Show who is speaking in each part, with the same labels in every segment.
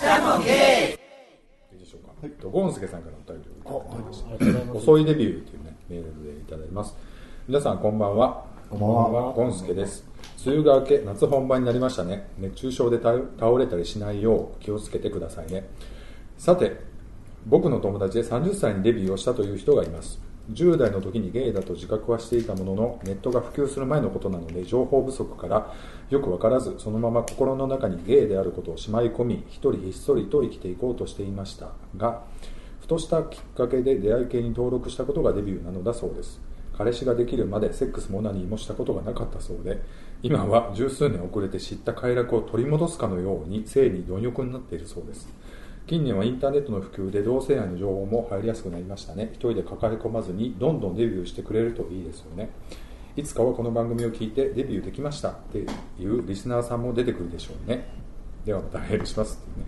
Speaker 1: いいでしょうか。えっとゴンスケさんからお便りをいただきました。遅いデビューというねメールでいただいてます。皆さんこんばんは。こんばんは。ゴンスケです。梅雨が明け夏本番になりましたね。熱中症で倒倒れたりしないよう気をつけてくださいね。さて僕の友達で30歳にデビューをしたという人がいます。10代の時にゲイだと自覚はしていたもののネットが普及する前のことなので情報不足からよく分からずそのまま心の中にゲイであることをしまい込み一人ひっそりと生きていこうとしていましたがふとしたきっかけで出会い系に登録したことがデビューなのだそうです彼氏ができるまでセックスもオナニーもしたことがなかったそうで今は十数年遅れて知った快楽を取り戻すかのように性に貪欲になっているそうです近年はインターネットの普及で同性愛の情報も入りやすくなりましたね一人で抱え込まずにどんどんデビューしてくれるといいですよねいつかはこの番組を聞いてデビューできましたっていうリスナーさんも出てくるでしょうねではまたメールしますっていうね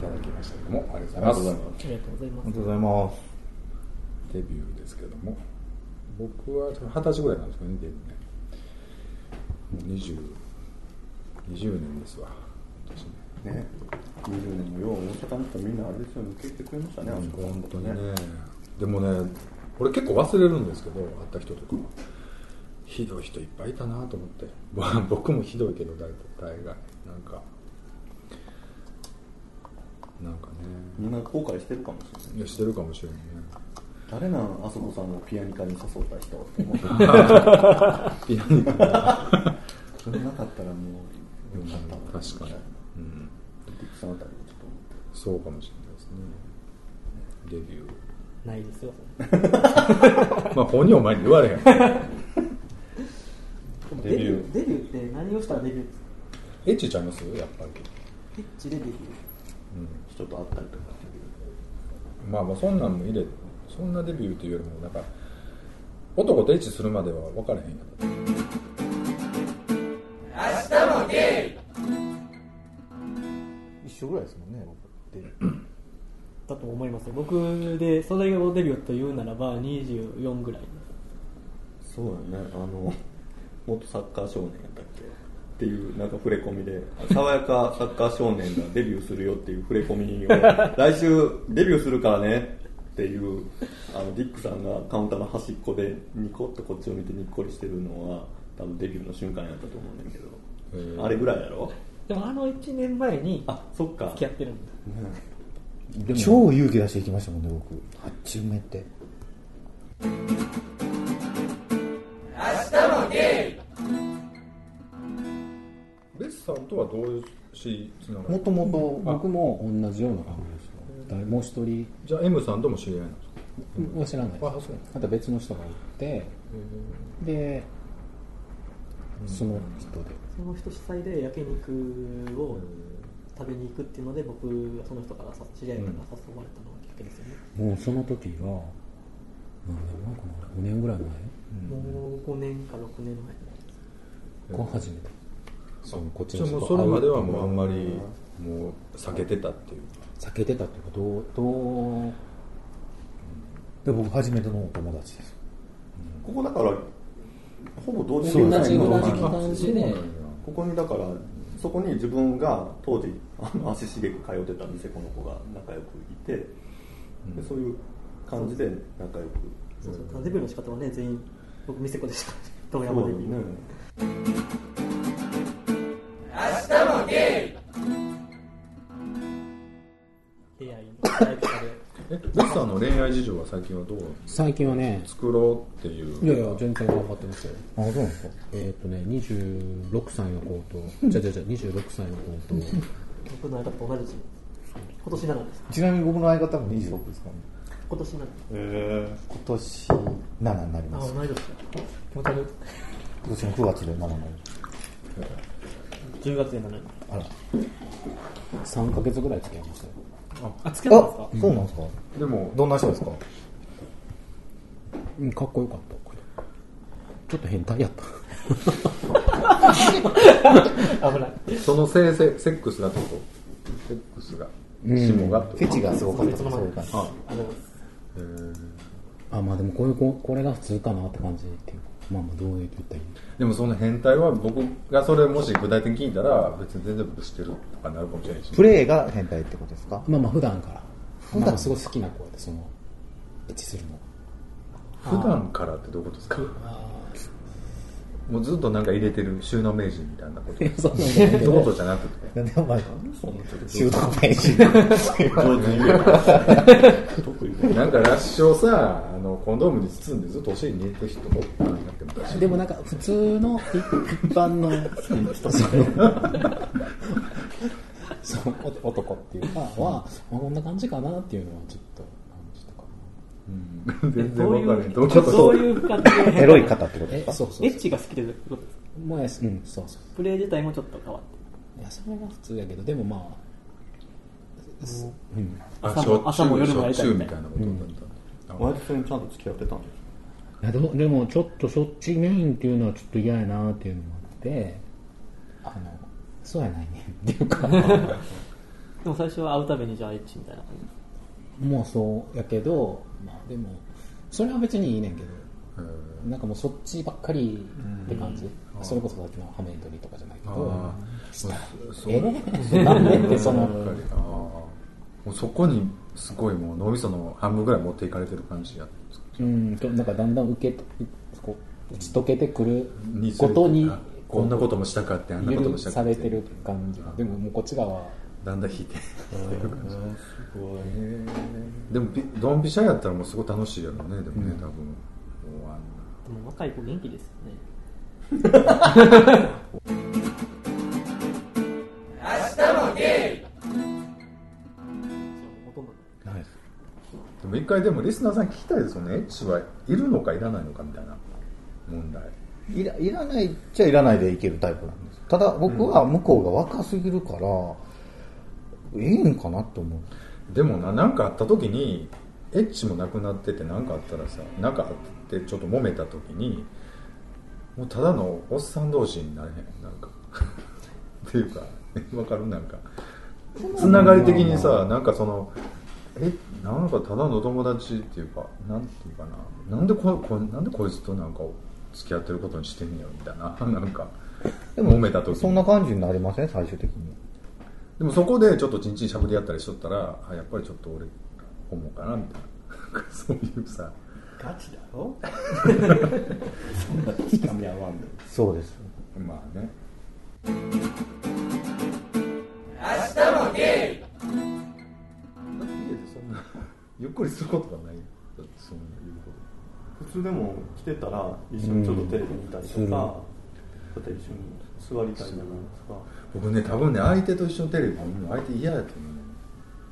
Speaker 1: いただきましたけどもありがとうございます
Speaker 2: ありがとうございま
Speaker 3: ありがとうございます。
Speaker 1: デビューですけども僕は二十歳ぐらいなんですけどねデビューねもう 20, 20年ですわ今年ね
Speaker 3: ね、20年もよう大阪の人みんなあれですよ、受け入れてくれましたね、あそこ
Speaker 1: 本当にねでもね俺結構忘れるんですけど会った人とかはひどい人いっぱいいたなと思って ぼ僕もひどいけど大大概なんかなんかね
Speaker 3: みんな後悔してるかもしれない。
Speaker 1: いやしてるかもしれないね
Speaker 3: 誰なん、あそこさんをピアニカに誘った人って思って。
Speaker 1: ピアニカ
Speaker 3: それなかったらもう、よかったな
Speaker 1: 確かに、うん、
Speaker 3: ディクさんあたりもちょっと思って。
Speaker 1: そうかもしれないですねデビュー
Speaker 2: す。ないですよ。
Speaker 1: まあ本人お前に言われへん
Speaker 2: でも
Speaker 3: デ
Speaker 2: デ
Speaker 3: ビ
Speaker 2: ビ
Speaker 3: ュ
Speaker 2: ュ
Speaker 3: ー
Speaker 2: ー、デビューって何をしたらデビューですか
Speaker 1: エッチちゃいますやっぱり、
Speaker 2: エッチデビュー。
Speaker 3: 人と会ったりとか。
Speaker 1: うん、まあまあそんなんも入れそんなデビューっていうよりもなんか男とエッチするまでは分からへんやろ
Speaker 4: 一緒ぐらいですもんね僕って
Speaker 2: だと思いますよ僕で、それをデビューというならば24ぐらい。
Speaker 3: そうだよね、あの、元サッカー少年やったっけっていう、なんか触れ込みで、爽やかサッカー少年がデビューするよっていう触れ込み を、来週デビューするからねっていう、あの、ディックさんがカウンターの端っこで、ニコッとこっちを見てにっこりしてるのは、多分デビューの瞬間やったと思うんだけ
Speaker 1: へ
Speaker 3: ど、あれぐらいやろ
Speaker 2: でもあの1年前に
Speaker 3: あ、そっか
Speaker 2: 付き。合ってるんだ。
Speaker 4: 超勇気出していきましたもんね僕8丁目って
Speaker 1: レッサンとはどういうしつなが
Speaker 4: も
Speaker 1: り
Speaker 4: ともと僕も同じような感じですよ誰もう一人
Speaker 1: じゃあ M さんとも知り合いなんですか
Speaker 4: は知らないです
Speaker 1: あそう
Speaker 4: また別の人がいてでその人で
Speaker 2: その人主催で焼肉を食べに行くっていうので、僕、その人からさ知り合いから誘われたのがきっかけですよね。
Speaker 4: もうその時が何年前かな5年ぐらい
Speaker 2: もう5年か6年前
Speaker 4: 前が初めてそうこっち
Speaker 1: じゃ
Speaker 4: の
Speaker 1: あも
Speaker 4: 人
Speaker 1: うそ
Speaker 4: と
Speaker 1: れ
Speaker 4: 会う
Speaker 1: まではもうあんまりもう避けてたっていう
Speaker 4: 避けてたっていうかどうどうで僕初めてのお友達です
Speaker 3: ここだから、ほぼ同時
Speaker 4: そう
Speaker 3: に
Speaker 4: 同じ
Speaker 3: ぐら
Speaker 4: 同
Speaker 3: いの
Speaker 4: じ期間でね
Speaker 3: ここにだからそこに自分が当時 あの足しげく通ってた店この子が仲良くいて、でそういう感じで仲良く
Speaker 2: そうそうデビューの仕方はね全員僕店子でした遠
Speaker 3: そ
Speaker 2: 山
Speaker 3: う
Speaker 2: デ
Speaker 3: だ
Speaker 2: ビ
Speaker 3: よ
Speaker 2: ュー、
Speaker 3: ね
Speaker 2: 出会いのライブとかで
Speaker 1: えレッサンの恋愛事情は最近はどう
Speaker 4: 最近はね
Speaker 1: 作ろうっていう
Speaker 4: いやいや全然頑張ってますよあそうなんですかえーっ、とね26歳の子とじゃじゃじゃ26歳の子と
Speaker 2: 僕の相方と同じです今年7です
Speaker 5: ちなみに僕の相方も26ですからね
Speaker 2: 今年7
Speaker 3: え
Speaker 5: 今年7になり
Speaker 2: あ
Speaker 5: ます
Speaker 2: 同い年だ気持ち悪
Speaker 5: 今年の9月で7になり
Speaker 2: い10月で7
Speaker 4: 3ヶ月ぐらい付き合いましたよ
Speaker 2: あ付き合ったんです
Speaker 5: あそうなんですか
Speaker 1: でも
Speaker 5: どんな人ですか
Speaker 4: うんかっこよかったこれちょっと変態やった
Speaker 2: か危ない
Speaker 1: その性性セックスがってことセックスが下がってこ
Speaker 5: フェチがすごかった
Speaker 2: 別の
Speaker 5: そういう
Speaker 2: 前
Speaker 5: 感
Speaker 2: です
Speaker 5: じ
Speaker 2: あの
Speaker 4: あまあでもこういうここれが普通かなって感じっていうかまあまあどうねと言ったらいいんだ
Speaker 1: でもその変態は僕がそれもし具体的に聞いたら別に全然僕知ってるとかなるかもしれないし、
Speaker 5: プレイが変態ってことですか
Speaker 4: まあまあ普段から
Speaker 5: 普段
Speaker 4: まあまあすごい好きな子でそのエッチするの
Speaker 1: 普段からってどういうことですかもうずっとなんか入れてる収納名人みたいなこと
Speaker 4: そんな
Speaker 1: そういうことじゃなくて
Speaker 5: なんでお前が
Speaker 3: そんなちょっと
Speaker 5: 修道名人
Speaker 3: 上手に言えば得意だ
Speaker 1: なんかラッシュをさあのコンドームに包んでずっとお尻に入れてる人もあんなってたし
Speaker 4: でもなんか普通のい一般の そのそうお男っていうかは、まあ、こんな感じかなっていうのはちょっと感じたかな
Speaker 1: 全然
Speaker 2: どう
Speaker 1: わ
Speaker 2: い
Speaker 1: からへん
Speaker 2: う、
Speaker 1: どういうこと
Speaker 2: どういう感じで
Speaker 5: エロい方ってことで
Speaker 4: え
Speaker 5: すか
Speaker 4: そうそう
Speaker 2: エッチが好きでってことですか
Speaker 4: もうやしうんそうそう
Speaker 2: プレイ自体もちょっと変わって。
Speaker 4: いやそれが普通やけどでもまあすうん
Speaker 1: あ
Speaker 2: 朝も
Speaker 1: しょっちゅう
Speaker 2: 朝も夜もやり
Speaker 1: しょっち
Speaker 2: たい
Speaker 1: ゅう
Speaker 2: み
Speaker 1: み
Speaker 2: た
Speaker 1: た
Speaker 2: い
Speaker 1: い
Speaker 2: な
Speaker 1: なことだった、
Speaker 3: 割とそれにちゃんと付き合ってたんです
Speaker 4: いやでもでもちょっとそっちメインっていうのはちょっと嫌やなっていうのもあってあのそうやないねんっていう か
Speaker 2: でも最初は会うたびにじゃあエッチみたいな感じです。
Speaker 4: もうそうやけどまあでもそれは別にいいねんけど
Speaker 1: うん
Speaker 4: なんかもうそっちばっかりって感じ、それこそさっきのハメ撮りとかじゃないけ
Speaker 1: あー
Speaker 4: ど
Speaker 1: もうそ
Speaker 4: え
Speaker 1: う
Speaker 4: なんでっ てその
Speaker 1: やっぱりなもうそこにすごいもう脳みその半分ぐらい持っていかれてる感じや
Speaker 4: うんとなんかだんだん受けこう打ち解けてくる
Speaker 1: に
Speaker 4: ことに
Speaker 1: あこんなこともしたかってあんなことも
Speaker 4: 許
Speaker 1: した
Speaker 4: さ
Speaker 1: かっ
Speaker 4: れ
Speaker 1: て
Speaker 4: てる感じがでももうこっち側は
Speaker 1: だんだん引いてっていう感じ
Speaker 3: すごい
Speaker 1: でもびドンピシャやったらもうすごい楽しいやろうねでもね多分もうあの
Speaker 2: でも若い子元気ですよね。明日もゲイほとんど
Speaker 1: でも一回でもリスナーさん聞きたいですよねエッチはいるのかいらないのかみたいな問題
Speaker 5: いらいらないっちゃいらないでいけるタイプなんですただ僕は向こうが若すぎるから、ええんかなと思う
Speaker 1: でもな何かあった時にエッチもなくなってて何かあったらさ何かあってちょっと揉めた時にもうただのおっさん同士になれへんなんか っていうかわかるなんかつながり的にさなんかそのえなんかただの友達っていうかなんていうかななんでここなんでこいつとなんか付き合ってることにしてんねやろみたいな なんか
Speaker 5: でも
Speaker 1: 揉めた時に
Speaker 5: そんな感じになりません最終的に
Speaker 1: でもそこでちょっとちんちんしゃぶり合ったりしとったらあやっぱりちょっと俺ホモかな みたいなそういうさ
Speaker 3: ガチだ ろそんな掴み合わんで
Speaker 5: そうです
Speaker 1: まあね明日もゲイ家でそんな ゆっくりすることがないだってそんな言うこ
Speaker 3: 普通でも来てたら一緒にちょっとテレビ見たりとか、
Speaker 5: うん
Speaker 3: ちょっと一緒に座りたいじゃないですか
Speaker 1: と僕ね多分ね相手と一緒にテレビ見るの相手嫌やと思うね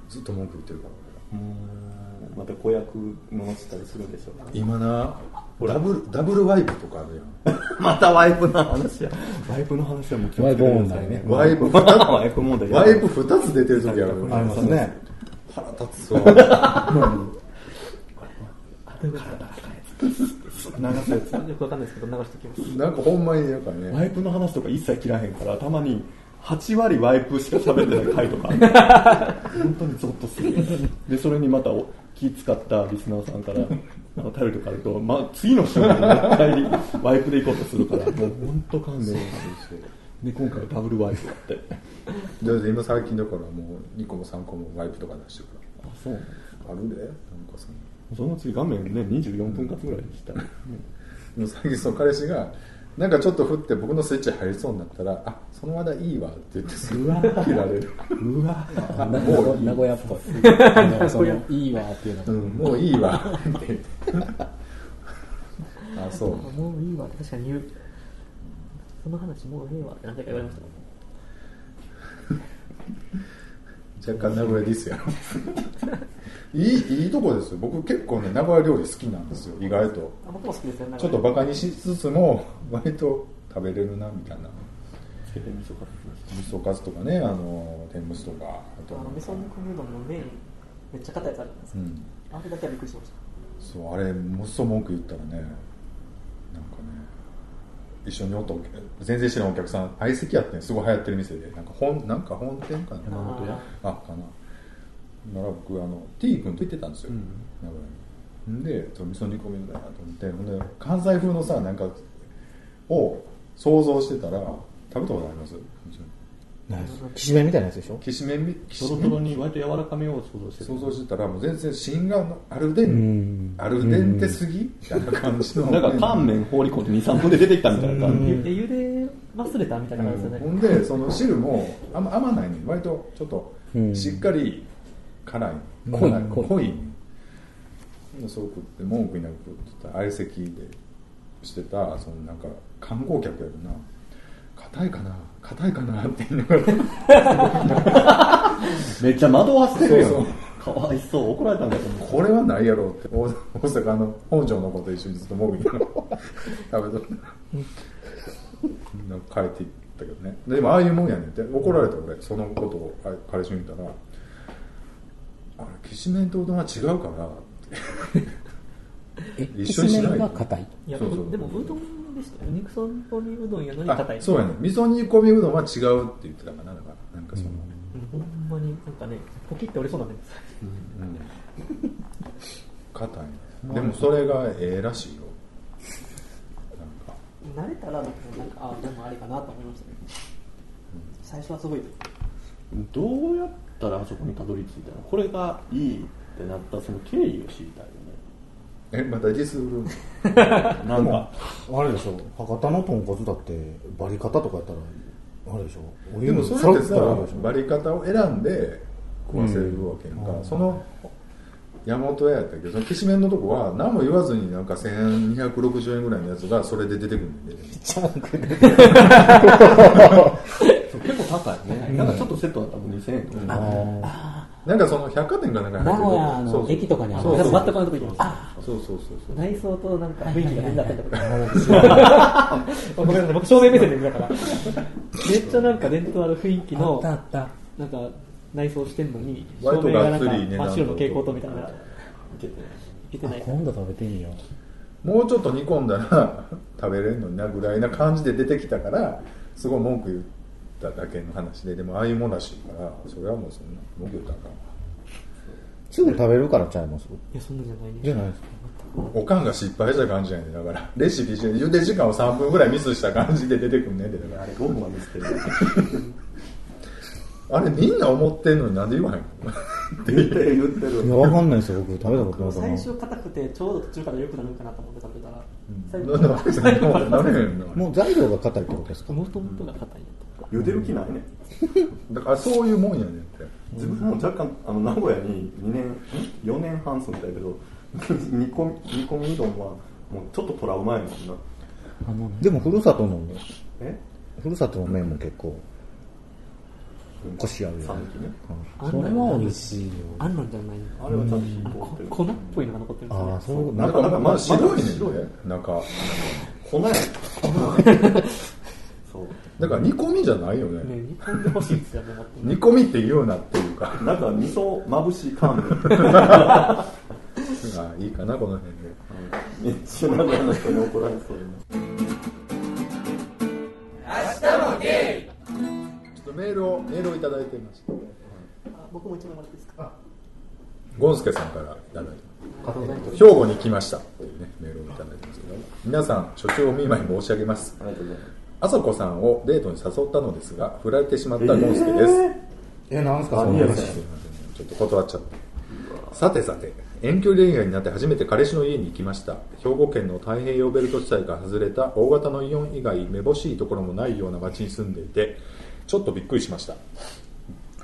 Speaker 1: ずっと文句言ってるから
Speaker 3: うーんまた子役もしたりするでしょう
Speaker 1: 今なダブルダブルワイプとかあるやん
Speaker 3: またワイプの話やワイプの話はもう気をつけてくださいね
Speaker 1: ワイプ問題ね
Speaker 3: ワイプ問題
Speaker 1: ワイプ2つ出てる時ある
Speaker 5: ありますね
Speaker 1: 腹立つ わ
Speaker 3: 流すやつ
Speaker 2: まで。よくわかんないですけど流しておきます。
Speaker 1: なんかほんまになんかね
Speaker 3: ワイプの話とか一切切らへんからたまに8割ワイプしか喋ってない回とか本当にゾッとするでそれにまたお気使ったリスナーさんからあの頼りとかあると、まあ、次の週に絶対にワイプで行こうとするからもう本当勘弁してで今回はダブルワイプだって
Speaker 1: だって今最近だからもう2個も3個もワイプとか出してるか
Speaker 3: あそうなんで
Speaker 1: らあるでなんかその
Speaker 3: すその次画面ね24分割ぐらいでした
Speaker 1: でも最近その彼氏がなんかちょっと振って僕のスイッチ入りそうになったら「あその話題いいわ」って言ってすぐ切られる
Speaker 3: うわ
Speaker 4: 名古名古屋っぽいあのそのいいわっていうの
Speaker 1: う
Speaker 4: が
Speaker 1: んもういいわって言ってあそう
Speaker 2: もういいわ、確かに言う。その話もうええわって何回か言われましたもん。
Speaker 1: 若干名古屋ディスやろいいいいとこですよ僕結構ね名古屋料理好きなんですよ意外と
Speaker 2: あ僕も好きですよ、
Speaker 1: ちょっとバカにしつつも割と食べれるなみたいな
Speaker 3: つけてみそか
Speaker 1: 味噌カツとかねあの天むすとかあ
Speaker 2: あ
Speaker 1: と
Speaker 2: の味噌肉うどんの麺めっちゃ硬いやつあるんです
Speaker 1: う
Speaker 2: よ、
Speaker 1: ん
Speaker 2: あれだけはびっくりしました
Speaker 1: そうあれもっそ文句言ったらねなんかね一緒におったお客全然知らんお客さん相席やってんすごい流行ってる店でなんか本なんか本店かな
Speaker 3: 山本屋
Speaker 1: あかななら僕あの T 君と行ってたんですよ、
Speaker 3: うん
Speaker 1: 名古屋にんでその味噌煮込みだなと思ってほんで関西風のさなんかを想像してたら、食べたことあります
Speaker 5: ないですきしめんみたいなやつでしょ
Speaker 1: きしめんみ、き
Speaker 3: ト
Speaker 1: し
Speaker 3: ロ
Speaker 1: め
Speaker 3: トロ
Speaker 1: ん
Speaker 3: に割と柔らかめを想像して
Speaker 1: 想像してたら、もう全然芯がアルデン、アルデンテすぎみたいな感じの。
Speaker 3: るなんか乾麺放り込んで23分で出てきたみたいな感じ
Speaker 2: ゆで茹で忘れたみたいな感じですよ
Speaker 1: ほ
Speaker 2: ね。
Speaker 1: んでその汁もあんま甘ないね割とちょっとしっかり辛い、
Speaker 4: ん
Speaker 1: 辛い
Speaker 4: 濃い
Speaker 1: 濃いねそう食って文句になく食ってた相席でしてたそのなんか観光客やるな硬いかな硬いかなって言いながら
Speaker 3: めっちゃ惑わしてるやん
Speaker 1: そう
Speaker 3: かわいそう怒られたんだと思う
Speaker 1: これはないやろって大大阪の本庄の子と一緒にずっと 文句にながら食べとったなんか帰っていったけどねでもああいうもんやねんって怒られた俺そのことをあ彼氏に言ったら「あれきしめんとうどんは違うかな」
Speaker 4: え、
Speaker 1: 一
Speaker 4: き
Speaker 1: 緒
Speaker 4: し
Speaker 1: にしない
Speaker 4: めんが硬い。
Speaker 2: いや、
Speaker 1: そうそう
Speaker 2: でもうどんでしたよ。肉そぼりうどんやのに
Speaker 1: あ
Speaker 2: 硬い。
Speaker 1: そうやねん味噌煮込みうどんは違うって言ってたかなだからなんかその、
Speaker 2: うんほんまになんかね、ポキって折れそうなんです。
Speaker 1: 硬いねでもそれがええらしいよなんか
Speaker 2: 慣れたら、なんか、あでもあれかなと思いましたね。最初はすごい。
Speaker 3: どうやったらあそこにたどり着いたのこれがいいってなったその経緯を知りたいよ
Speaker 1: えまたディスる
Speaker 3: ね なんか
Speaker 5: あれでしょ博多のとんこつだってバリ方とかやったらあれでしょお
Speaker 1: で
Speaker 5: 湯
Speaker 1: も
Speaker 5: に
Speaker 1: そ
Speaker 5: さ
Speaker 1: れ
Speaker 5: ら
Speaker 1: っ
Speaker 5: ってと
Speaker 1: さ
Speaker 5: たらあるでしょ
Speaker 1: バリ方を選んで食わせるわけやんか、その山本屋やったけどそのきしめんのとこは何も言わずになんか1260円ぐらいのやつがそれで出てくるんで
Speaker 3: そう結構高いね、なんかちょっとセットだったらもう2000円とか、
Speaker 1: なんかその百貨店かなんか
Speaker 4: 名
Speaker 1: に
Speaker 4: 古
Speaker 1: 入
Speaker 4: 屋
Speaker 1: ってくる
Speaker 4: の駅とかにある
Speaker 1: そう
Speaker 2: で
Speaker 1: そう
Speaker 2: も全くあのとこ行きました。
Speaker 1: そうそうそうそう
Speaker 2: 内装となんか雰囲気が変だったりとか。 ごめんなさい、僕照明目線で見た から。めっちゃなんか伝統ある雰囲気の、
Speaker 4: あったあっ
Speaker 2: なんか内装してんのに、
Speaker 1: 割
Speaker 2: 照
Speaker 1: と
Speaker 2: 明
Speaker 1: が
Speaker 2: がな
Speaker 1: っ
Speaker 2: ん
Speaker 1: つ
Speaker 2: か
Speaker 1: りね
Speaker 2: 真っ白の蛍光灯みたいな。い
Speaker 3: いけてない
Speaker 2: けて
Speaker 4: た。あ
Speaker 2: ない。
Speaker 4: 今度食べてみよう。
Speaker 1: もうちょっと煮込んだら 食べれるのになぐらいな感じで出てきたからすごい文句言っただけの話ででもああいうもんらしいからそれはもうそんな文句言ったらあかんわ
Speaker 5: すぐ食べるからちゃいます
Speaker 2: いや、そんなんじゃないね。
Speaker 5: じゃないですか
Speaker 1: おかんが失敗した感じやねんだからレシピして茹で時間を3分ぐらいミスした感じで出てくんねんでだか
Speaker 3: あれゴムは見つ ける
Speaker 1: らあれみんな思ってんのになんで言わへんの
Speaker 3: 言って る言ってる
Speaker 5: いやわかんないですよ僕食べたことないから
Speaker 2: 最初硬くて、ちょうど途中から良くなるんかなと思って食べたら、最後
Speaker 1: ななななれへんの
Speaker 5: もう材料が硬いってことですか
Speaker 2: もともとが硬いんだと。
Speaker 3: 茹でる気ないね
Speaker 1: だからそういうもんやねんって
Speaker 3: 自分も若干あの名古屋に2年4年半住んでたけど 煮込み煮込みうどんはもうちょっとトラウマやもんな
Speaker 4: あのね、
Speaker 5: でもふるさとの
Speaker 3: え
Speaker 5: ふるさとの麺も結構コシあるよ
Speaker 3: 讃
Speaker 5: ね
Speaker 3: 岐ね
Speaker 4: それは美味しいよ。
Speaker 2: あんなんじゃないの
Speaker 3: あれはちゃんと火
Speaker 2: あ
Speaker 3: 通ってる
Speaker 2: こ粉っぽいのが残ってるんです
Speaker 5: あ
Speaker 2: ね
Speaker 5: あ。そういうこと
Speaker 1: な
Speaker 5: なんん
Speaker 1: か
Speaker 5: か
Speaker 1: なんかまあ白いねん
Speaker 3: 白い
Speaker 1: ねなんか
Speaker 3: 粉やそう
Speaker 1: だから煮込みじゃないよ
Speaker 2: ね、
Speaker 1: ね
Speaker 2: 煮込んでほしいですよね、もっとね
Speaker 1: 煮込みって言うなっていうか
Speaker 3: なんか味噌まぶし乾麺
Speaker 1: あいいかなこの辺で
Speaker 3: めっちゃ名古屋の人に怒られそうやな
Speaker 1: ちょっとメールをメールをいただいてました
Speaker 2: あ僕も一枚もらっていいですか。
Speaker 1: ゴンスケさんからいただいてます
Speaker 2: ありがとうございます。
Speaker 1: 兵庫に来ましたというねメールをいただいてますけど皆さん所長お見舞い申し上げます
Speaker 3: ありがとうございま
Speaker 1: あそこさんをデートに誘ったのですが振られてしまったゴンスケです、
Speaker 5: えなんすか
Speaker 3: あ
Speaker 5: その
Speaker 3: いや
Speaker 5: 話
Speaker 3: そ
Speaker 1: すいませんちょっと断っちゃってさてさて遠距離恋愛になって初めて彼氏の家に行きました兵庫県の太平洋ベルト地帯から外れた大型のイオン以外めぼしいところもないような町に住んでいてちょっとびっくりしました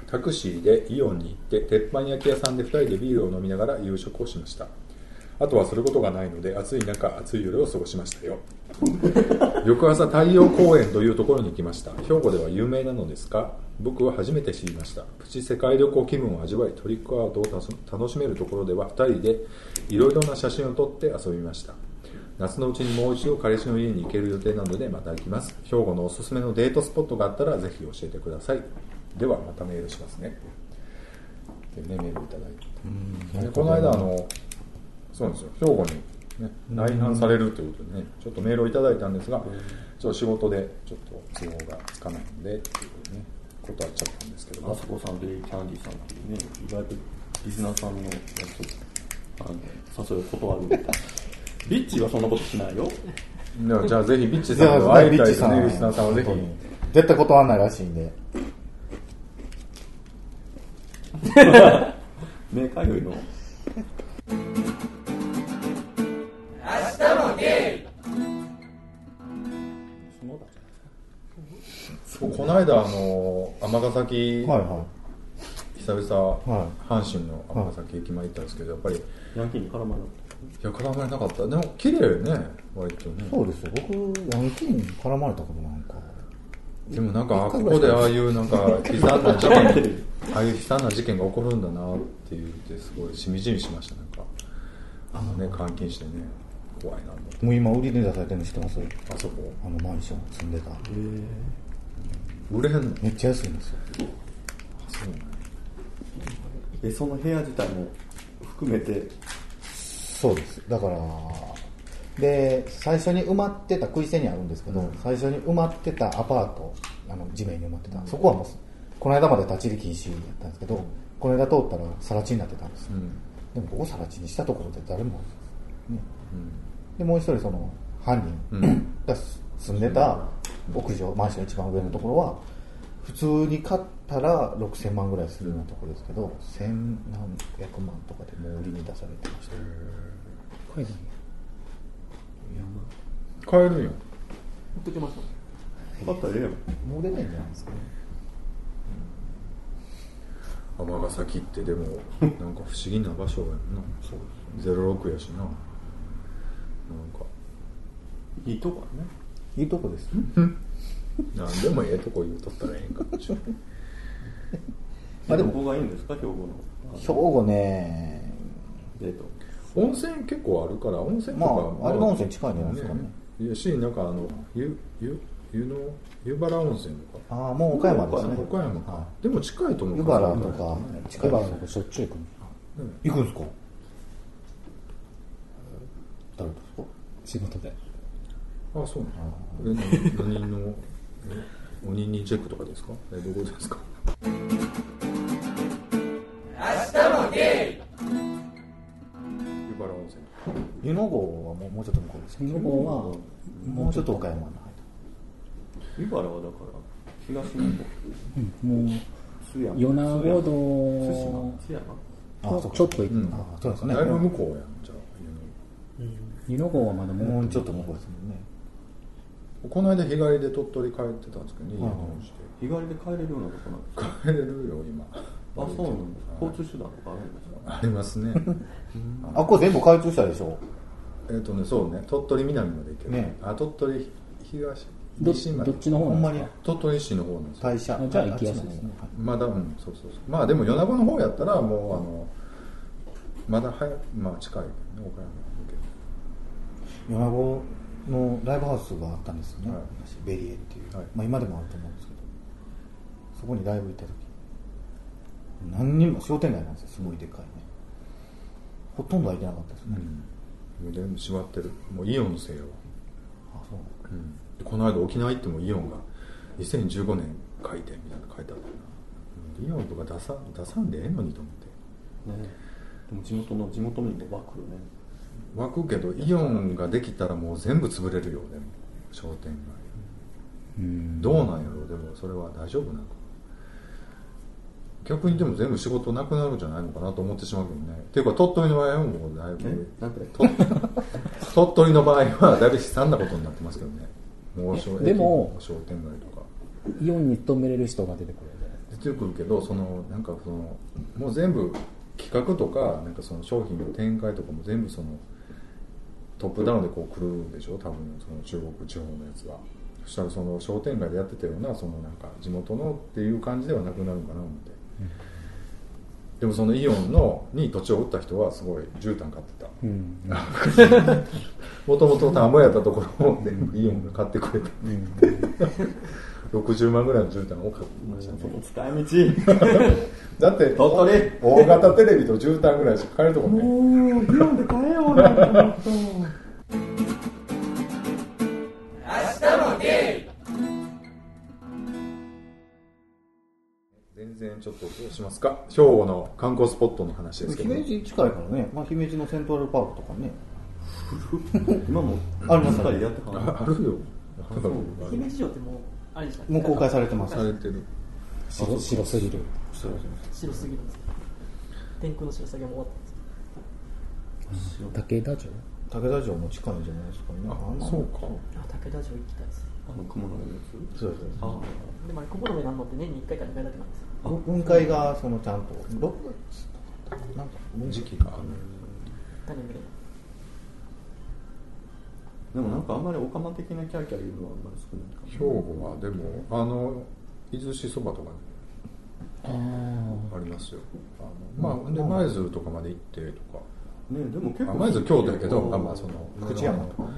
Speaker 1: タクシーでイオンに行って鉄板焼き屋さんで2人でビールを飲みながら夕食をしましたあとはすることがないので暑い中暑い夜を過ごしましたよ翌朝太陽公園というところに行きました兵庫では有名なのですか僕は初めて知りましたプチ世界旅行気分を味わいトリックアートを楽し楽しめるところでは2人でいろいろな写真を撮って遊びました夏のうちにもう一度彼氏の家に行ける予定なのでまた行きます兵庫のおすすめのデートスポットがあったらぜひ教えてくださいではまたメールしますねっていうねメールいただいてでこの間あのそうなんですよ兵庫に、ね、内反されるということでねちょっとメールをいただいたんですがちょっと仕事でちょっと都合がつかないんでっていうね断っちゃったんですけど
Speaker 3: すあ
Speaker 1: も
Speaker 3: そこさんというキャンディーさんっていうね意外とリスナーさんのやつあの誘いを断るみたいなリッチーはそんなことしないよ
Speaker 1: ではじゃあぜひビッチ
Speaker 5: じ
Speaker 1: さ
Speaker 5: ゃ
Speaker 1: んと
Speaker 5: あ、
Speaker 1: 会い
Speaker 5: ビ
Speaker 1: た
Speaker 5: ッ
Speaker 1: いで
Speaker 5: チ
Speaker 1: す
Speaker 5: さ
Speaker 1: ね
Speaker 5: ん、
Speaker 1: リスナーさんはぜひ
Speaker 5: 本当に絶対断らないらしいんで。
Speaker 3: 目かゆいの
Speaker 1: そうこの間あの尼崎、
Speaker 5: はいは
Speaker 1: 久々、
Speaker 5: は
Speaker 1: 阪神の尼崎駅前行ったんですけどやっぱりい
Speaker 3: ヤンキーに絡まなかっ
Speaker 1: や絡まれなかったでも綺麗よね割とね
Speaker 5: い。そうですよ。僕、ヤンキーに絡まれたことなんか。
Speaker 1: でもなんかあここでああいうなんか悲惨な事件ああいう悲惨な事件が起こるんだなっていうってすごいしみじみしましたなんかあのね監禁してね怖いなと思って
Speaker 5: もう今、売りに出されてるの知ってます
Speaker 1: あそこ
Speaker 5: あのマンション住んでた。
Speaker 1: 売れへんの
Speaker 5: めっちゃ安いんですよ。
Speaker 3: たえその部屋自体も含めて
Speaker 5: そうです。だから、で、最初に埋まってた、杭瀬にあるんですけど、最初に埋まってたアパート、あの、地面に埋まってた、そこはもう、この間まで立ち入り禁止やったんですけど、この間通ったら、更地になってたんですよ。でも、ここ更地にしたところで誰も、ね。で、もう一人、その、犯人 が住んでた屋上、マンション一番上のところは、普通に買ったら6000万ぐらいするようなところですけど、1000何百万とかでもう売りに出されてました。
Speaker 4: 海外
Speaker 1: 買えるんや
Speaker 2: 送ってました
Speaker 3: あったらええやん
Speaker 5: もう出ないんじゃないですかね。
Speaker 1: 尼崎ってでもなんか不思議な場所やんなそう06やしななんか
Speaker 3: いいとこやね
Speaker 5: いいとこです。
Speaker 1: 何でもええとこ言うとったらええんかもしれん
Speaker 5: あでも
Speaker 3: ここがいいんですか兵庫の
Speaker 5: 兵庫ね、
Speaker 3: デート
Speaker 1: 温泉結構あるから温泉とか、
Speaker 5: まあ有馬温泉近いんじゃないですかね
Speaker 1: いやしなんかあの湯湯湯の湯原温泉とか
Speaker 5: ああ、もう岡山ですね。
Speaker 1: 岡山か、
Speaker 5: は
Speaker 1: でも近いと思
Speaker 5: い。
Speaker 1: う
Speaker 5: 湯
Speaker 1: から
Speaker 5: 原とか、近い
Speaker 4: 湯
Speaker 5: で
Speaker 4: 原
Speaker 5: す
Speaker 4: の
Speaker 5: ね
Speaker 4: 子しょっちゅう行くの
Speaker 5: 行くんですか誰ですか
Speaker 4: 仕事で
Speaker 1: あそうなのえ何何のえ鬼にチェックとかですかえどこですか明日もゲイ湯原温泉
Speaker 5: 湯の郷はもうもうちょっと向こうです
Speaker 4: その子は
Speaker 5: もうちょっと岡山の入
Speaker 3: 湯原はだから東日本
Speaker 4: もう
Speaker 3: 津山
Speaker 4: 米子
Speaker 3: 津山
Speaker 5: あ
Speaker 4: 堂
Speaker 5: そう
Speaker 4: と
Speaker 5: か
Speaker 4: ちょっと行くの
Speaker 5: ああ、そうですね
Speaker 1: だ。いぶ向こうやんじゃあ
Speaker 4: 湯の郷はまだも
Speaker 5: も
Speaker 4: う
Speaker 5: うちょっと向こうですもんね。
Speaker 1: この間日帰りで鳥取帰ってたんですけどね、家直して
Speaker 3: 日帰りで帰れるようなとこなんですか
Speaker 1: 帰れるよ今
Speaker 3: あそうなんですか交通手段とかあるんですか
Speaker 1: あります ね
Speaker 5: あ、これ全部開通したでしょ
Speaker 1: えっとねそうね鳥取南まで行ける、
Speaker 5: ね
Speaker 1: あ鳥取東
Speaker 4: ど
Speaker 1: 西まで
Speaker 4: どっちの方
Speaker 5: ほ
Speaker 4: なんん
Speaker 5: ま
Speaker 4: で
Speaker 5: に
Speaker 4: すか
Speaker 1: 鳥取市の方なんですよ
Speaker 5: 退社。
Speaker 4: あじゃあ行きやすいですね
Speaker 5: は
Speaker 1: まだうんそうそうそうまあでも米子の方やったらもうあのまだ早くまあ近いけどね岡山だけど
Speaker 5: 米子のライブハウスがあったんですよね、
Speaker 1: はい
Speaker 5: 昔ベリエっていう、
Speaker 1: はい
Speaker 5: まあ、今でもあると思うんですけどそこにライブ行った時何にも商店街なんですよすごいでかいねほとんど空いてなかったですね、
Speaker 1: もう全部閉まってるもうイオンのせいよ、
Speaker 5: あそう
Speaker 1: うん、でこの間沖縄行ってもイオンが2015年開店みたいなの書いてあったなイオンとか出さ出さんでええのにと思って
Speaker 3: ねでも地元の地元民もバックよね
Speaker 1: 湧くけどイオンができたらもう全部潰れるよでも商店街どうなんやろうでもそれは大丈夫なのか逆にでも全部仕事なくなるんじゃないのかなと思ってしまうけどねっていうか鳥取の場合はもうだいぶ
Speaker 3: なんて
Speaker 1: 鳥鳥取の場合はだいぶ悲惨なことになってますけどねもう商
Speaker 4: でも
Speaker 1: 商店街とか
Speaker 4: イオンに勤めれる人が出てくるんじゃないですか
Speaker 1: 出てくるけどそのなんかそのもう全部企画とかなんかその商品の展開とかも全部そのトップダウンでこう来るでしょ多分その中国地方のやつはそしたらその商店街でやってたようなそのなんか地元のっていう感じではなくなるのかな思って、でもそのイオンのに土地を売った人はすごい絨毯買ってた
Speaker 4: うん
Speaker 1: もともと田んぼやったところを全部イオンが買ってくれた、60万ぐらいの絨毯を買ってましたね
Speaker 3: その使い道
Speaker 1: だって
Speaker 3: 鳥取
Speaker 1: 大型テレビと絨毯ぐらいしか買えるとこね
Speaker 3: もう議論で変えようなんて本当
Speaker 1: 全然ちょっとどうしますか兵庫の観光スポットの話ですけど
Speaker 5: 姫路近いからね、まあ、姫路のセントラルパークとかね
Speaker 3: 今も
Speaker 5: あります
Speaker 3: しっかりやってはんの
Speaker 1: あるよ。ただ僕あれ
Speaker 2: 姫路城ってもうあれでしたっけ
Speaker 5: もう公開されてます
Speaker 1: されてる。
Speaker 5: 白白すぎる
Speaker 2: 白すぎるんですよ天空の白鷺も終わったんですよ
Speaker 4: 竹田城
Speaker 5: 武田城も近いんじゃないですかね
Speaker 1: あ
Speaker 5: ん、な
Speaker 1: そうか。
Speaker 2: あ武田城行きたいです
Speaker 3: あの雲のやつ
Speaker 5: そうです
Speaker 3: あ
Speaker 2: でもあれここの上なんのって年に1回か2回だけなんですよ
Speaker 5: 雲海がそのちゃんと6月なんか
Speaker 1: 時期がある。
Speaker 2: 種見れない
Speaker 3: でもなんかあんまりオカマ的なキャーキャー言うのはあんまり少ないかも
Speaker 1: 兵庫はでも、あの、伊豆市そばとかに
Speaker 4: ああ
Speaker 1: ありますよ。あのまあ、で、舞鶴とかまで行ってとか。
Speaker 3: ねでも結
Speaker 1: あ
Speaker 3: 構
Speaker 1: 舞鶴京都やけど、まあまあ、その、
Speaker 5: 福知山とかね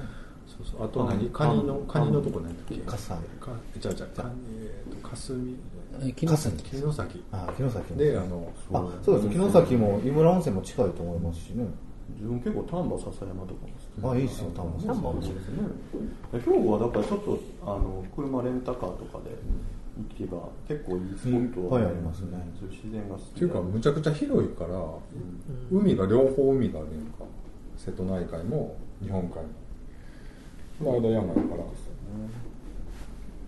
Speaker 1: そうそう。あと何カニの、カニのとこなんだっけ
Speaker 5: かさ
Speaker 1: かちゃうちゃう、カニ、えーと、かすみ、
Speaker 4: え木の
Speaker 5: 霞
Speaker 1: 城崎。
Speaker 5: あ城崎も
Speaker 1: で、あの、
Speaker 5: あそうです城崎も湯村温泉も近いと思いますしね
Speaker 3: 自分結構丹波篠山とかも好き
Speaker 5: あいいっすよ多分
Speaker 2: 丹波面白いで
Speaker 3: で
Speaker 2: す
Speaker 3: すね兵庫はだからちょっとあの車レンタカーとかで行けば結構いいスポットはい
Speaker 5: っぱいありますね
Speaker 3: 自然が好き
Speaker 1: っていうかむちゃくちゃ広いから、海が両方海があるやんか瀬戸内海も日本海も間山やから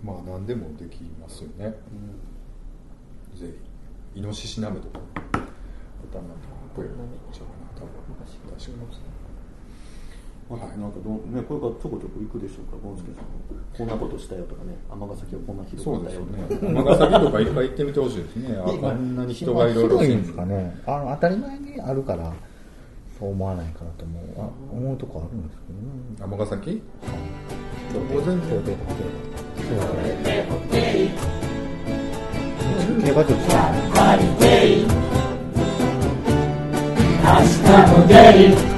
Speaker 1: まあ何でもできますよね、ぜひイノシシ鍋とか豚鍋とかこういうのちゃうかな多分確か
Speaker 3: あとなんかどうねこれからちょこちょこ行くでしょうからゴンスケさんこんなことしたよとかね尼崎はこんなひど
Speaker 1: そ
Speaker 3: か
Speaker 1: うで
Speaker 3: った
Speaker 1: す
Speaker 3: よ
Speaker 1: よ
Speaker 3: とか
Speaker 1: ね尼崎とか一回行ってみてほしいですねあこんなに人がいろいろ
Speaker 5: 広いんですかねあの当たり前にあるからそう思わないかなと思うあ思うとこあるんですけどね
Speaker 1: 尼崎午前中で
Speaker 5: 競馬場近い
Speaker 6: 明日もデイ